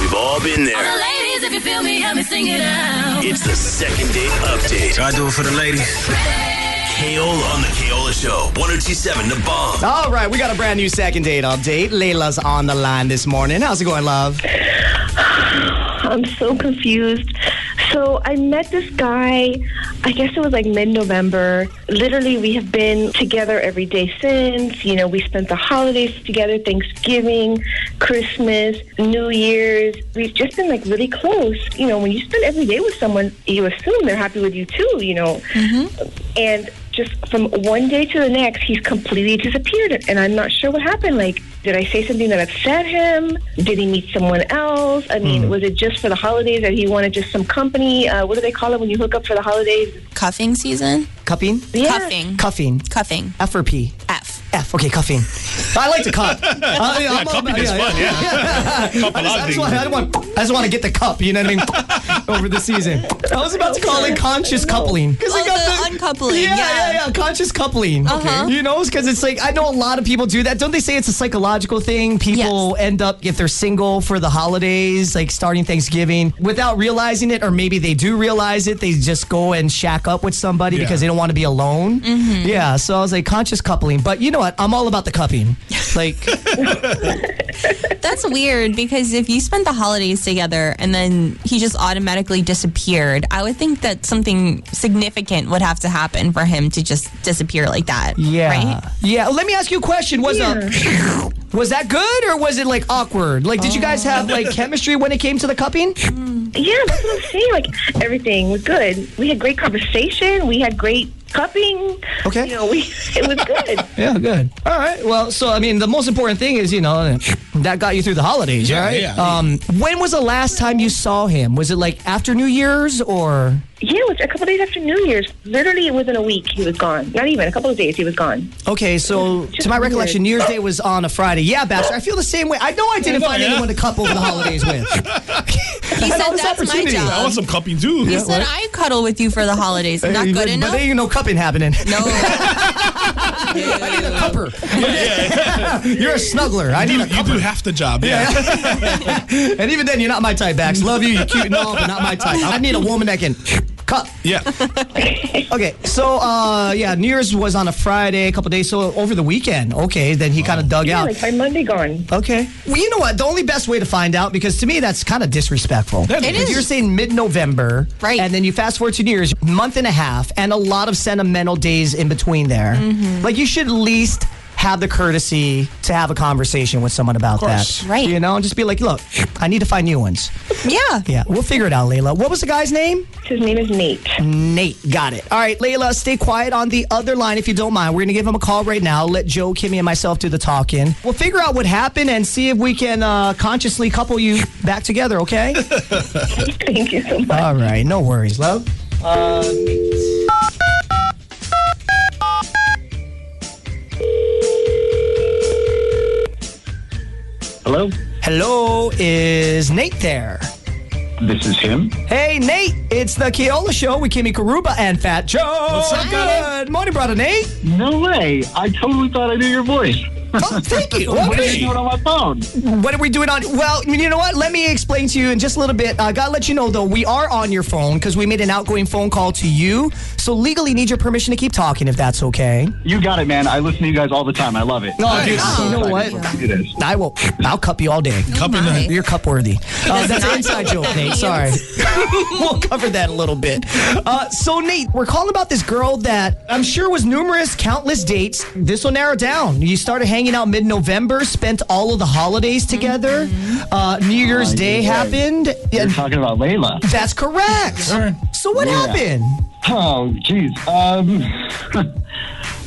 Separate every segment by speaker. Speaker 1: We've all been there.
Speaker 2: Ladies, if you feel me, help me sing it out.
Speaker 1: It's the second date update.
Speaker 3: I do it for the ladies.
Speaker 1: Kaola on the Kaola Show, 1027 The Bomb.
Speaker 4: All right, we got a brand new second date update. Layla's on the line this morning. How's it going, love?
Speaker 5: I'm so confused. So I met this guy, I guess it was like mid November. Literally, we have been together every day since. You know, we spent the holidays together Thanksgiving, Christmas, New Year's. We've just been like really close. You know, when you spend every day with someone, you assume they're happy with you too, you know. And just from one day to the next, he's completely disappeared, and I'm not sure what happened. Like, did I say something that upset him? Did he meet someone else? I mean, was it just for the holidays that he wanted just some company? Uh, what do they call it when you hook up for the holidays?
Speaker 6: Cuffing season?
Speaker 4: Cuffing?
Speaker 5: Yeah.
Speaker 6: Cuffing.
Speaker 4: Cuffing.
Speaker 6: Cuffing.
Speaker 4: F or P?
Speaker 6: F.
Speaker 4: F. Okay, cuffing. I like to cuff. Uh, yeah, I'm all
Speaker 7: cuffing
Speaker 4: about-
Speaker 7: is fun, Cup a
Speaker 4: I,
Speaker 7: lot
Speaker 4: just,
Speaker 7: of
Speaker 4: I, just
Speaker 7: things.
Speaker 4: want, I, just want, I just want to get the cup, you know what I mean? Over the season. I was about to call it conscious coupling. 'Cause
Speaker 6: Oh,
Speaker 4: it got
Speaker 6: the uncoupling,
Speaker 4: Yeah, yeah,
Speaker 6: yeah.
Speaker 4: yeah, conscious coupling.
Speaker 6: Uh-huh.
Speaker 4: You know, because it's like, I know a lot of people do that. Don't they say it's a psychological thing? People end up, if they're single for the holidays, like starting Thanksgiving, without realizing it, or maybe they do realize it, they just go and shack up with somebody
Speaker 7: Yeah.
Speaker 4: because they don't want to be alone. Yeah, so I was like, conscious coupling. But you know what? I'm all about the cupping. Like,
Speaker 6: That's weird because if you spent the holidays together and then he just automatically disappeared, I would think that something significant would have to happen for him to just disappear like that.
Speaker 4: yeah.
Speaker 6: Right?
Speaker 4: Yeah, let me ask you a question. Was a, was that good or was it like awkward? Like, did you guys have like chemistry when it came to the cupping?
Speaker 5: Yeah, that's what I'm saying. Like everything was good. We had great conversation. We had great cupping.
Speaker 4: Okay.
Speaker 5: You know, we it was good.
Speaker 4: Yeah, good. All right. Well, so I mean, the most important thing is you know that got you through the holidays,
Speaker 7: Yeah,
Speaker 4: right?
Speaker 7: yeah.
Speaker 4: Um, when was the last time you saw him? Was it like after New Year's or?
Speaker 5: yeah, it was a couple days after New Year's. Literally within a week he was gone. Not even a couple of days he was gone.
Speaker 4: Okay, so to my
Speaker 5: New
Speaker 4: recollection, New Year's Day was on a Friday. Yeah, Baxter, I feel the same way. I know I didn't
Speaker 7: Yeah,
Speaker 4: find
Speaker 7: yeah.
Speaker 4: anyone to cup over the holidays with.
Speaker 6: He
Speaker 4: I
Speaker 6: said
Speaker 4: was
Speaker 6: that's my
Speaker 4: opportunity.
Speaker 7: I want
Speaker 6: job.
Speaker 7: some cupping too.
Speaker 6: He said I cuddle with you for the holidays. Not
Speaker 4: Hey,
Speaker 6: good
Speaker 4: but,
Speaker 6: enough.
Speaker 4: But there ain't no cupping happening.
Speaker 6: no.
Speaker 4: I need a cupper. You're a snuggler. I need a
Speaker 7: you do half the job. Yeah.
Speaker 4: And even then, you're not my type, Bax. Love you, you're cute and all, but not my type. I need a woman that can cup.
Speaker 7: Yeah.
Speaker 4: Okay, so uh, yeah, New Year's was on a Friday, a couple days. So over the weekend, okay, then he kind of dug
Speaker 5: Yeah,
Speaker 4: out.
Speaker 5: like by Monday gone.
Speaker 4: Okay. Well, you know what? The only best way to find out, because to me that's kind of disrespectful.
Speaker 7: That It
Speaker 4: If
Speaker 6: is.
Speaker 4: You're saying mid-November,
Speaker 6: Right.
Speaker 4: And then you fast forward two years, month and a half, and a lot of sentimental days in between there. Like you should at least have the courtesy to have a conversation with someone about that,
Speaker 7: course.
Speaker 6: Right.
Speaker 4: You know, and just be like, look, I need to find new ones.
Speaker 6: yeah.
Speaker 4: Yeah, we'll figure it out, Layla. What was the guy's name?
Speaker 5: His name is Nate.
Speaker 4: Nate. Got it. All right, Layla, stay quiet on the other line if you don't mind. We're going to give him a call right now. Let Joe, Kimmy, and myself do the talking. We'll figure out what happened and see if we can uh, consciously couple you back together, okay?
Speaker 5: Thank you so much.
Speaker 4: All right, no worries, love.
Speaker 8: Hello,
Speaker 4: Hello, is Nate there?
Speaker 8: this is him.
Speaker 4: Hey, Nate, it's the Keola Show with Kimmy Karuba and Fat Joe. What's
Speaker 7: up,
Speaker 4: Good morning, brother Nate.
Speaker 8: No way! I totally thought I knew your voice.
Speaker 4: Oh, thank you.
Speaker 8: What are you doing on my phone?
Speaker 4: What are we doing on? Well, you know what? Let me explain to you in just a little bit. I gotta let you know though, we are on your phone because we made an outgoing phone call to you. So legally need your permission to keep talking if that's okay.
Speaker 8: You got it, man. I listen to you guys all the time. I love it.
Speaker 4: No, dude, you know what?
Speaker 8: Do this.
Speaker 4: I will. I'll cup you all day.
Speaker 7: Cupping
Speaker 6: Oh my.
Speaker 4: You're cup worthy. Uh, that's an
Speaker 6: not
Speaker 4: inside
Speaker 6: know what
Speaker 4: joke,
Speaker 6: that
Speaker 4: Nate.
Speaker 6: means.
Speaker 4: Sorry. we'll cover that a little bit. Uh, so, Nate, we're calling about this girl that I'm sure was numerous, countless dates. This will narrow down. You started hanging out mid November, spent all of the holidays together. Uh, New Year's
Speaker 8: Oh,
Speaker 4: Day
Speaker 8: you're right.
Speaker 4: happened. Yeah,
Speaker 8: You're talking about Layla.
Speaker 4: that's correct. So, what
Speaker 8: Yeah.
Speaker 4: happened?
Speaker 8: Oh, jeez. Um,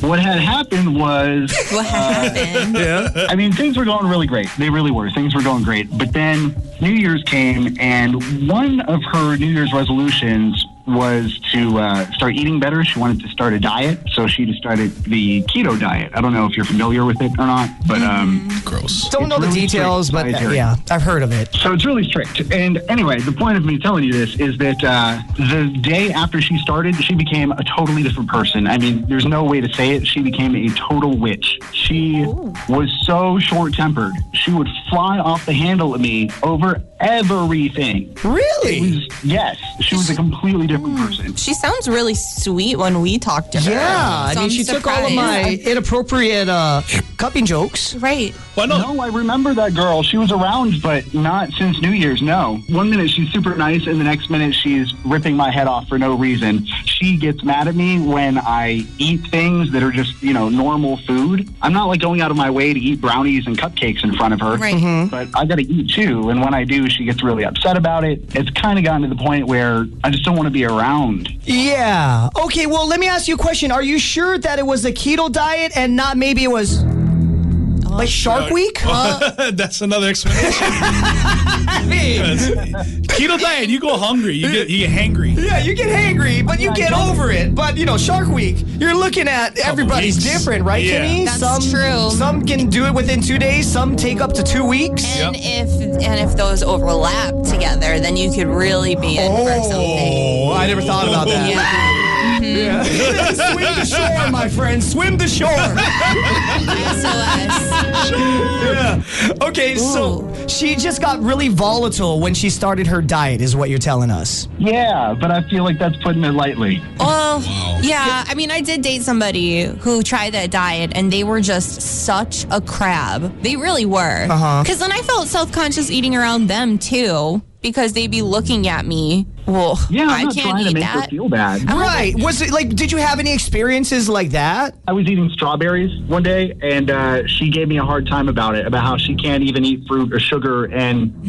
Speaker 8: what had happened was,
Speaker 6: What happened?
Speaker 8: I mean, things were going really great. They really were. Things were going great. But then New Year's came, and one of her New Year's resolutions was to uh, start eating better. She wanted to start a diet, so she started the keto diet. I don't know if you're familiar with it or not, but um,
Speaker 7: Gross.
Speaker 4: Don't know the
Speaker 8: really
Speaker 4: details, but uh,
Speaker 8: proprietary.
Speaker 4: yeah, I've heard of it.
Speaker 8: So it's really strict. And anyway, the point of me telling you this is that uh, the day after she started, she became a totally different person. I mean, there's no way to say it. She became a total witch. She was so short tempered. She would fly off the handle at me over everything.
Speaker 4: Really?
Speaker 8: Yes, she was a completely different person.
Speaker 6: She sounds really sweet when we talk to her.
Speaker 4: Yeah. I
Speaker 6: So
Speaker 4: mean,
Speaker 6: I'm
Speaker 4: she took all of my
Speaker 6: surprised.
Speaker 4: inappropriate uh, cupping jokes.
Speaker 6: Right.
Speaker 7: Why not?
Speaker 8: No, I remember that girl. She was around, but not since New Year's. No. One minute she's super nice, and the next minute she's ripping my head off for no reason. She gets mad at me when I eat things that are just, you know, normal food. I'm not like going out of my way to eat brownies and cupcakes in front of her,
Speaker 6: Right.
Speaker 8: but I got to eat too. And when I do, she gets really upset about it. It's kind of gotten to the point where I just don't want to be around.
Speaker 4: Yeah. Okay, well, let me ask you a question. Are you sure that it was a keto diet and not maybe it was like Shark Week?
Speaker 7: That's another explanation. Yes. Keto diet, you go hungry, you get you get hangry.
Speaker 4: Yeah, you get hangry, but you get over it. But you know, Shark Week, you're looking at everybody's
Speaker 7: weeks.
Speaker 4: different, right,
Speaker 7: Yeah.
Speaker 4: Kenny?
Speaker 6: That's
Speaker 4: some,
Speaker 6: true.
Speaker 4: Some can do it within two days. Some take up to two weeks.
Speaker 6: And if and if those overlap together, then you could really be in for something.
Speaker 4: Oh, I never thought about that.
Speaker 6: Yeah.
Speaker 4: Swim to shore, my friend. Swim to shore.
Speaker 6: SOS.
Speaker 4: yeah. Okay, so she just got really volatile when she started her diet, is what you're telling us.
Speaker 8: Yeah, but I feel like that's putting it lightly.
Speaker 6: Well, yeah. I mean, I did date somebody who tried that diet, and they were just such a crab. They really were. Because then I felt self conscious eating around them too, because they'd be looking at me. Well,
Speaker 8: Yeah, I'm
Speaker 6: I
Speaker 8: not
Speaker 6: can't
Speaker 8: trying
Speaker 6: eat
Speaker 8: to make her
Speaker 6: that.
Speaker 8: feel bad.
Speaker 4: Right. Was it like, did you have any experiences like that?
Speaker 8: I was eating strawberries one day, and uh, she gave me a hard time about it, about how she can't even eat fruit or sugar. And,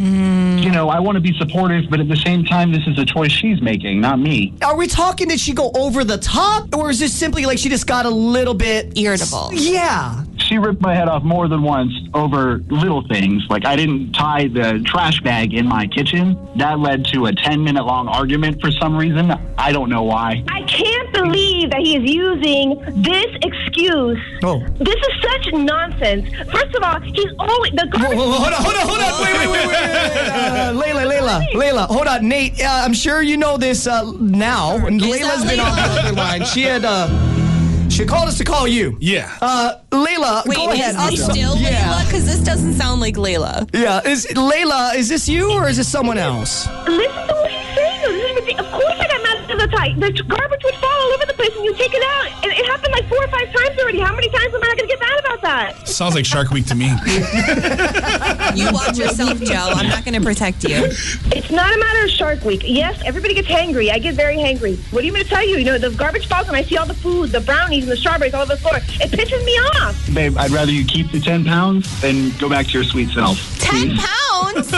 Speaker 8: you know, I want to be supportive, but at the same time, this is a choice she's making, not me.
Speaker 4: Are we talking, did she go over the top? Or is this simply like she just got a little bit.
Speaker 6: Irritable.
Speaker 4: Yeah.
Speaker 8: She ripped my head off more than once over little things. Like, I didn't tie the trash bag in my kitchen. That led to a 10 minute long argument for some reason. I don't know why.
Speaker 5: I can't believe that he is using this excuse.
Speaker 4: Oh.
Speaker 5: This is such nonsense. First of all, he's always the
Speaker 4: Whoa,
Speaker 5: garbage.
Speaker 4: whoa, whoa, hold on, hold on, hold on. Wait, wait, wait, wait. wait, wait. Uh, Layla, Layla, Layla, hold on. Nate, uh, I'm sure you know this uh, now. Layla's been on the
Speaker 6: Layla?
Speaker 4: other line. She had, uh, she called us to call you.
Speaker 7: Yeah.
Speaker 4: Uh, Layla,
Speaker 6: Wait,
Speaker 4: go ahead.
Speaker 6: is
Speaker 4: I'm
Speaker 6: this
Speaker 4: so-
Speaker 6: still
Speaker 4: yeah.
Speaker 6: Layla? Because this doesn't sound like Layla.
Speaker 4: Yeah, is Layla, is this you or is this someone else?
Speaker 5: Listen to what he's saying. This is ridiculous. Of course, I got mad at the time. The garbage would fall all over the place, and you take it out. And it happened like four or five times already. How many times am I going to get mad about that?
Speaker 7: Sounds like Shark Week to me.
Speaker 6: You watch yourself, Joe. I'm not going to protect you.
Speaker 5: It's not a matter of Shark Week. Yes, everybody gets hangry. I get very hangry. What do you mean to tell you? You know, the garbage falls, and I see all the food, the brownies and the strawberries all over the floor. It pisses me off.
Speaker 8: Babe, I'd rather you keep the 10 pounds than go back to your sweet self.
Speaker 6: Ten pounds.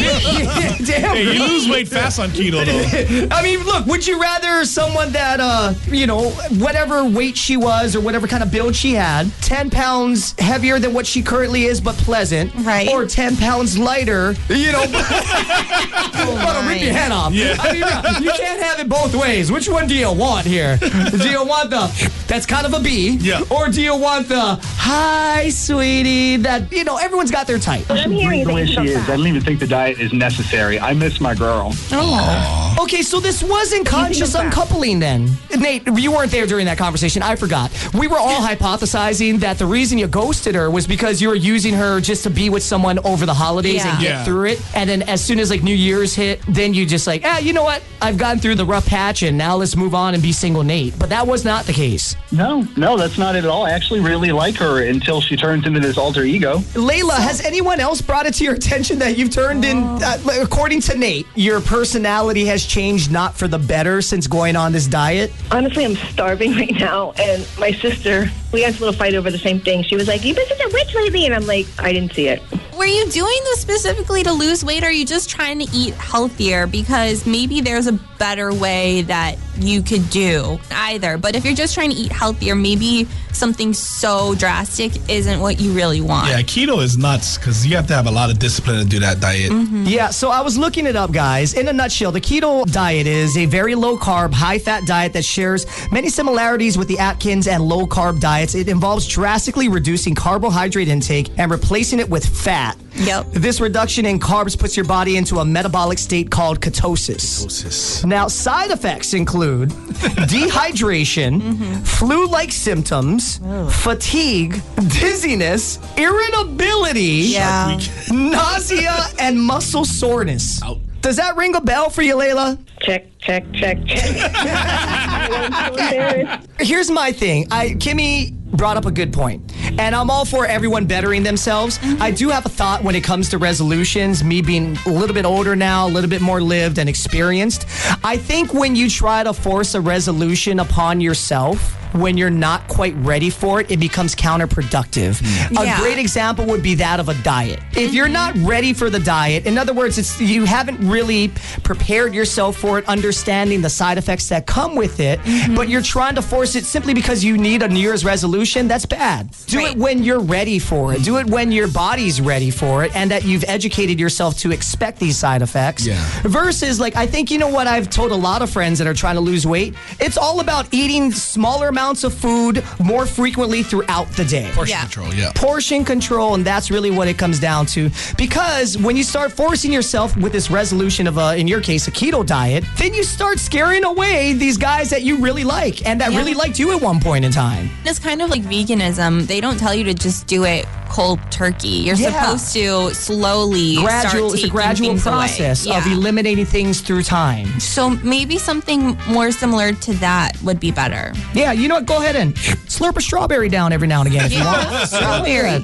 Speaker 4: Damn.
Speaker 7: Hey, you lose weight fast on keto though.
Speaker 4: I mean, look, would you rather someone that, uh, you know, whatever weight she was or whatever kind of build she had, 10 pounds heavier than what she currently is, but pleasant,
Speaker 6: Right.
Speaker 4: Or 10 pounds lighter, you know, but I'll rip your head off.
Speaker 7: Yeah.
Speaker 4: I mean, you can't have it both ways. Which one do you want here? Do you want the, that's kind of a B,
Speaker 7: Yeah.
Speaker 4: or do you want the, hi, sweetie, that, you know, everyone's got their type.
Speaker 5: I'm hearing
Speaker 8: the way
Speaker 5: that
Speaker 8: she is, I don't even think the diet is necessary. I miss my girl.
Speaker 4: Okay, so this wasn't conscious uncoupling then. Nate, you weren't there during that conversation. I forgot. We were all hypothesizing that the reason you ghosted her was because you were using her just to be with someone over the holidays and get
Speaker 6: Yeah.
Speaker 7: Yeah.
Speaker 4: through it. And then as soon as like New Year's hit, then you just like, ah, you know what? I've gone through the rough patch and now let's move on and be single Nate. But that was not the case.
Speaker 8: No, no, that's not it at all. I actually really like her until she turns into this alter ego.
Speaker 4: Layla, has anyone else brought it to your attention that you've turned in, uh, like, according to Nate, your personality has changed not for the better since going on this diet?
Speaker 5: Honestly, I'm starving right now, and my sister, we had a little fight over the same thing. She was like, "You've been such a witch lately," and I'm like, "I didn't see it."
Speaker 6: Were you doing this specifically to lose weight, or are you just trying to eat healthier? Because maybe there's a better way that you could do either. But if you're just trying to eat healthier, maybe something so drastic isn't what you really want.
Speaker 7: Yeah, keto is nuts because you have to have a lot of discipline to do that diet.
Speaker 4: Yeah, so I was looking it up, guys. In a nutshell, the keto diet is a very low carb, high fat diet that shares many similarities with the Atkins and low carb diets. It involves drastically reducing carbohydrate intake and replacing it with fat.
Speaker 6: Yep.
Speaker 4: This reduction in carbs puts your body into a metabolic state called ketosis. Now, side effects include dehydration,
Speaker 6: Mm-hmm.
Speaker 4: flu like symptoms, fatigue, dizziness, irritability,
Speaker 6: Yeah.
Speaker 4: nausea, and muscle soreness.
Speaker 7: Ow.
Speaker 4: Does that ring a bell for you, Layla?
Speaker 5: Check, check, check, check. I'm so embarrassed.
Speaker 4: Here's my thing. I Kimmy brought up a good point, and I'm all for everyone bettering themselves. I do have a thought when it comes to resolutions. Me being a little bit older now, a little bit more lived and experienced. I think when you try to force a resolution upon yourself. When you're not quite ready for it, it becomes counterproductive. A
Speaker 6: Yeah.
Speaker 4: great example would be that of a diet. If you're not ready for the diet, in other words, it's you haven't really prepared yourself for it, understanding the side effects that come with it, but you're trying to force it simply because you need a New Year's resolution, that's bad. Do it
Speaker 6: Right.
Speaker 4: when you're ready for it. Do it when your body's ready for it and that you've educated yourself to expect these side effects.
Speaker 7: Yeah.
Speaker 4: Versus like I think you know what I've told a lot of friends that are trying to lose weight, it's all about eating smaller amounts of food more frequently throughout the day
Speaker 7: Portion
Speaker 6: Yeah.
Speaker 7: control, yeah.
Speaker 4: portion control and that's really what it comes down to because when you start forcing yourself with this resolution of a in your case a keto diet then you start scaring away these guys that you really like and that
Speaker 6: Yeah.
Speaker 4: really liked you at one point in time
Speaker 6: It's kind of like veganism. They don't tell you to just do it cold turkey. You're
Speaker 4: Yeah.
Speaker 6: supposed to slowly start
Speaker 4: gradual it's a
Speaker 6: taking
Speaker 4: gradual
Speaker 6: things away.
Speaker 4: process of
Speaker 6: Yeah.
Speaker 4: eliminating things through time
Speaker 6: So maybe something more similar to that would be better.
Speaker 4: yeah you know what go ahead and slurp a strawberry down every now and again if you want
Speaker 6: Strawberry.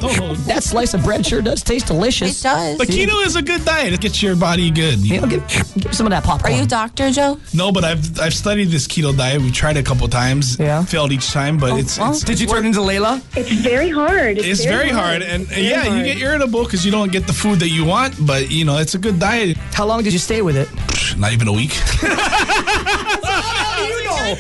Speaker 4: that slice of bread sure does taste delicious
Speaker 6: It does.
Speaker 7: But keto is a good diet. It gets your body good.
Speaker 4: you know, give, give some of that
Speaker 6: Are
Speaker 4: popcorn
Speaker 6: you a doctor, Joe?
Speaker 7: No, but I've I've studied this keto diet. We tried a couple times.
Speaker 4: Yeah.
Speaker 7: Failed each time, but it's,
Speaker 6: well.
Speaker 7: it's
Speaker 4: did you turn into Layla?
Speaker 5: It's very hard.
Speaker 7: it's very hard, and, and yeah, you get irritable because you don't get the food that you want. But you know, it's a good diet.
Speaker 4: How long did you stay with it?
Speaker 7: Not even a week.
Speaker 4: you know.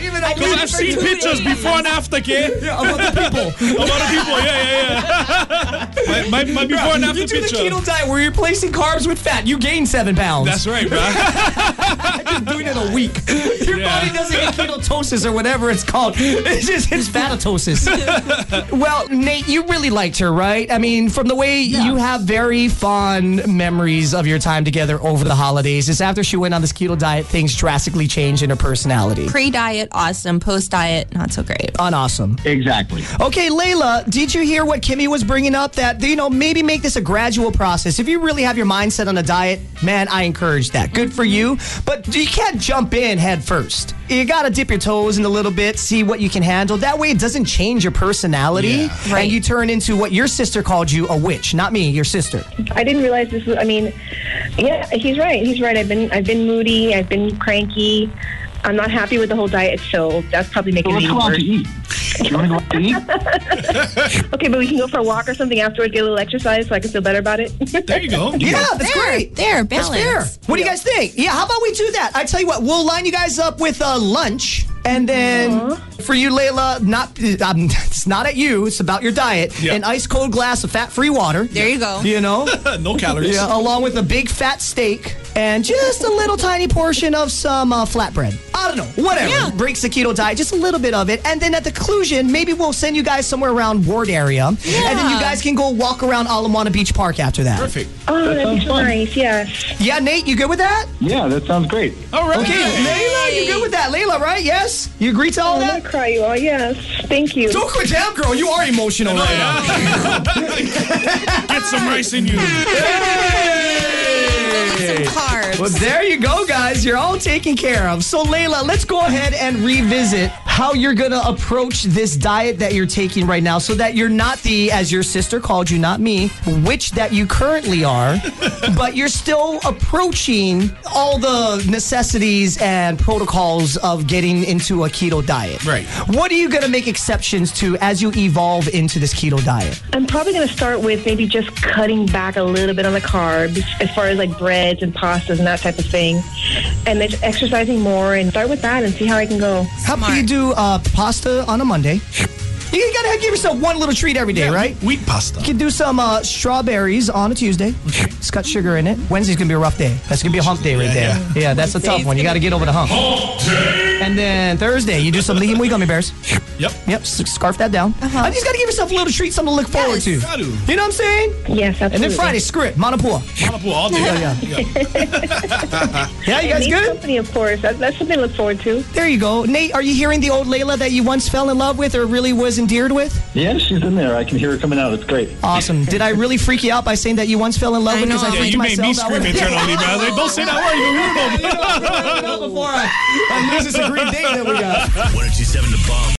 Speaker 4: Even I
Speaker 7: Because I've seen pictures before and after, kid. Yeah,
Speaker 4: of other people.
Speaker 7: a lot of people. Yeah, yeah, yeah. my, my, my before and after
Speaker 4: You do the
Speaker 7: picture.
Speaker 4: keto diet where you're replacing carbs with fat. You gain seven pounds.
Speaker 7: That's right, bro.
Speaker 4: You're doing it a week. Your
Speaker 7: Yeah.
Speaker 4: body doesn't get ketotosis or whatever it's called. It's just it's fatatosis. well, Nate, you really liked her, right? I mean, from the way you have very fond memories of your time together over the holidays. It's after she went on this keto diet, things drastically changed in her personality.
Speaker 6: Pre diet, awesome. Post diet, not so great.
Speaker 4: Unawesome.
Speaker 8: Exactly.
Speaker 4: Okay, Layla, did you hear what Kimmy was bringing up? That, you know, maybe make this a gradual process. If you really have your mindset on a diet, man, I encourage that. Good for you. But you can't jump in head first. You got to dip your toes in a little bit, see what you can handle. That way, it doesn't change your personality.
Speaker 7: Yeah.
Speaker 6: Right.
Speaker 4: And you turn into what your sister called you a witch. Not me, your sister.
Speaker 5: I didn't realize this was. I mean, yeah, he's right. He's right. I've been I've been moody. I've been cranky. I'm not happy with the whole diet, so that's probably
Speaker 8: So
Speaker 5: making
Speaker 8: Oh, let's
Speaker 5: me
Speaker 8: go out to
Speaker 5: worse.
Speaker 8: eat. You want to go out to eat?
Speaker 5: Okay, but we can go for a walk or something afterward, get a little exercise, so I can feel better about it.
Speaker 7: There you go.
Speaker 4: Yeah, that's
Speaker 6: There,
Speaker 4: great.
Speaker 6: there,
Speaker 4: That's
Speaker 6: balance.
Speaker 4: fair. What do you guys think? Yeah, how about we do that? I tell you what, we'll line you guys up with uh, lunch, and then
Speaker 6: Uh-huh.
Speaker 4: for you, Layla, not um, it's not at you. It's about your diet.
Speaker 7: Yeah.
Speaker 4: An ice cold glass of fat free water.
Speaker 6: There you go.
Speaker 4: You know,
Speaker 7: no calories.
Speaker 4: yeah, along with a big fat steak and just a little tiny portion of some uh, flatbread. I don't know, whatever.
Speaker 6: Yeah.
Speaker 4: Breaks the keto diet, just a little bit of it. And then at the conclusion, maybe we'll send you guys somewhere around Ward area. And then you
Speaker 6: Yeah.
Speaker 4: guys can go walk around Alamana Beach Park after that.
Speaker 7: Perfect.
Speaker 5: oh, that'd be
Speaker 8: sounds
Speaker 5: so
Speaker 8: fun.
Speaker 5: nice. Yes.
Speaker 4: Yeah, Nate, you good with that?
Speaker 8: Yeah, that sounds great.
Speaker 7: All right.
Speaker 4: Okay, Layla, you good with that? Layla, right? Yes? You agree to all
Speaker 5: I'm gonna
Speaker 4: that?
Speaker 5: cry, you all. Yes. Thank you.
Speaker 4: Don't quit down, girl. You are emotional right now.
Speaker 7: Get some rice in you.
Speaker 6: Some carbs.
Speaker 4: Well, there you go, guys. You're all taken care of. So, Layla, let's go ahead and revisit how you're going to approach this diet that you're taking right now so that you're not the, as your sister called you, not me, witch that you currently are, but you're still approaching all the necessities and protocols of getting into a keto diet.
Speaker 7: Right.
Speaker 4: What are you going to make exceptions to as you evolve into this keto diet?
Speaker 5: I'm probably going to start with maybe just cutting back a little bit on the carbs as far as like breads and pastas and that type of thing. And then just exercising more and start with that and see how I can go.
Speaker 4: How about
Speaker 6: Smart.
Speaker 4: you do uh, pasta on a Monday? You gotta give yourself one little treat every day, right?
Speaker 7: Wheat
Speaker 4: You
Speaker 7: pasta.
Speaker 4: can do some uh, strawberries on a Tuesday. It's got sugar in it. Wednesday's gonna be a rough day. That's gonna be a hump day right there.
Speaker 7: Yeah,
Speaker 4: Yeah, that's a tough one. You gotta get over the hump. And then Thursday, you do some lean wheat gummy bears.
Speaker 7: Yep.
Speaker 4: Yep, s- scarf that down.
Speaker 6: Uh-huh.
Speaker 4: I just gotta give yourself a little treat, something to look forward
Speaker 6: Yes.
Speaker 4: to.
Speaker 7: Gotta.
Speaker 4: You know what I'm saying?
Speaker 5: Yes, absolutely.
Speaker 4: And then Friday, screw it, Manapua.
Speaker 7: Pineapple all day.
Speaker 4: Yeah, Yeah, you
Speaker 5: And
Speaker 4: guys
Speaker 5: eat
Speaker 4: good?
Speaker 5: company, of course. That, that's something to look forward to.
Speaker 4: There you go. Nate, are you hearing the old Layla that you once fell in love with or really was endeared with?
Speaker 3: Yeah, she's in there. I can hear her coming out. It's great.
Speaker 4: Awesome. Did I really freak you out by saying that you once fell in love
Speaker 6: I
Speaker 4: with? Because
Speaker 6: know,
Speaker 4: I
Speaker 6: Yeah,
Speaker 4: freaked
Speaker 7: You made
Speaker 4: myself
Speaker 7: me
Speaker 4: out.
Speaker 7: scream internally, man. I was like, don't say that word. You
Speaker 4: I know, I know, I know before I, I lose this agreed date that we got.
Speaker 1: 1027 The Bomb.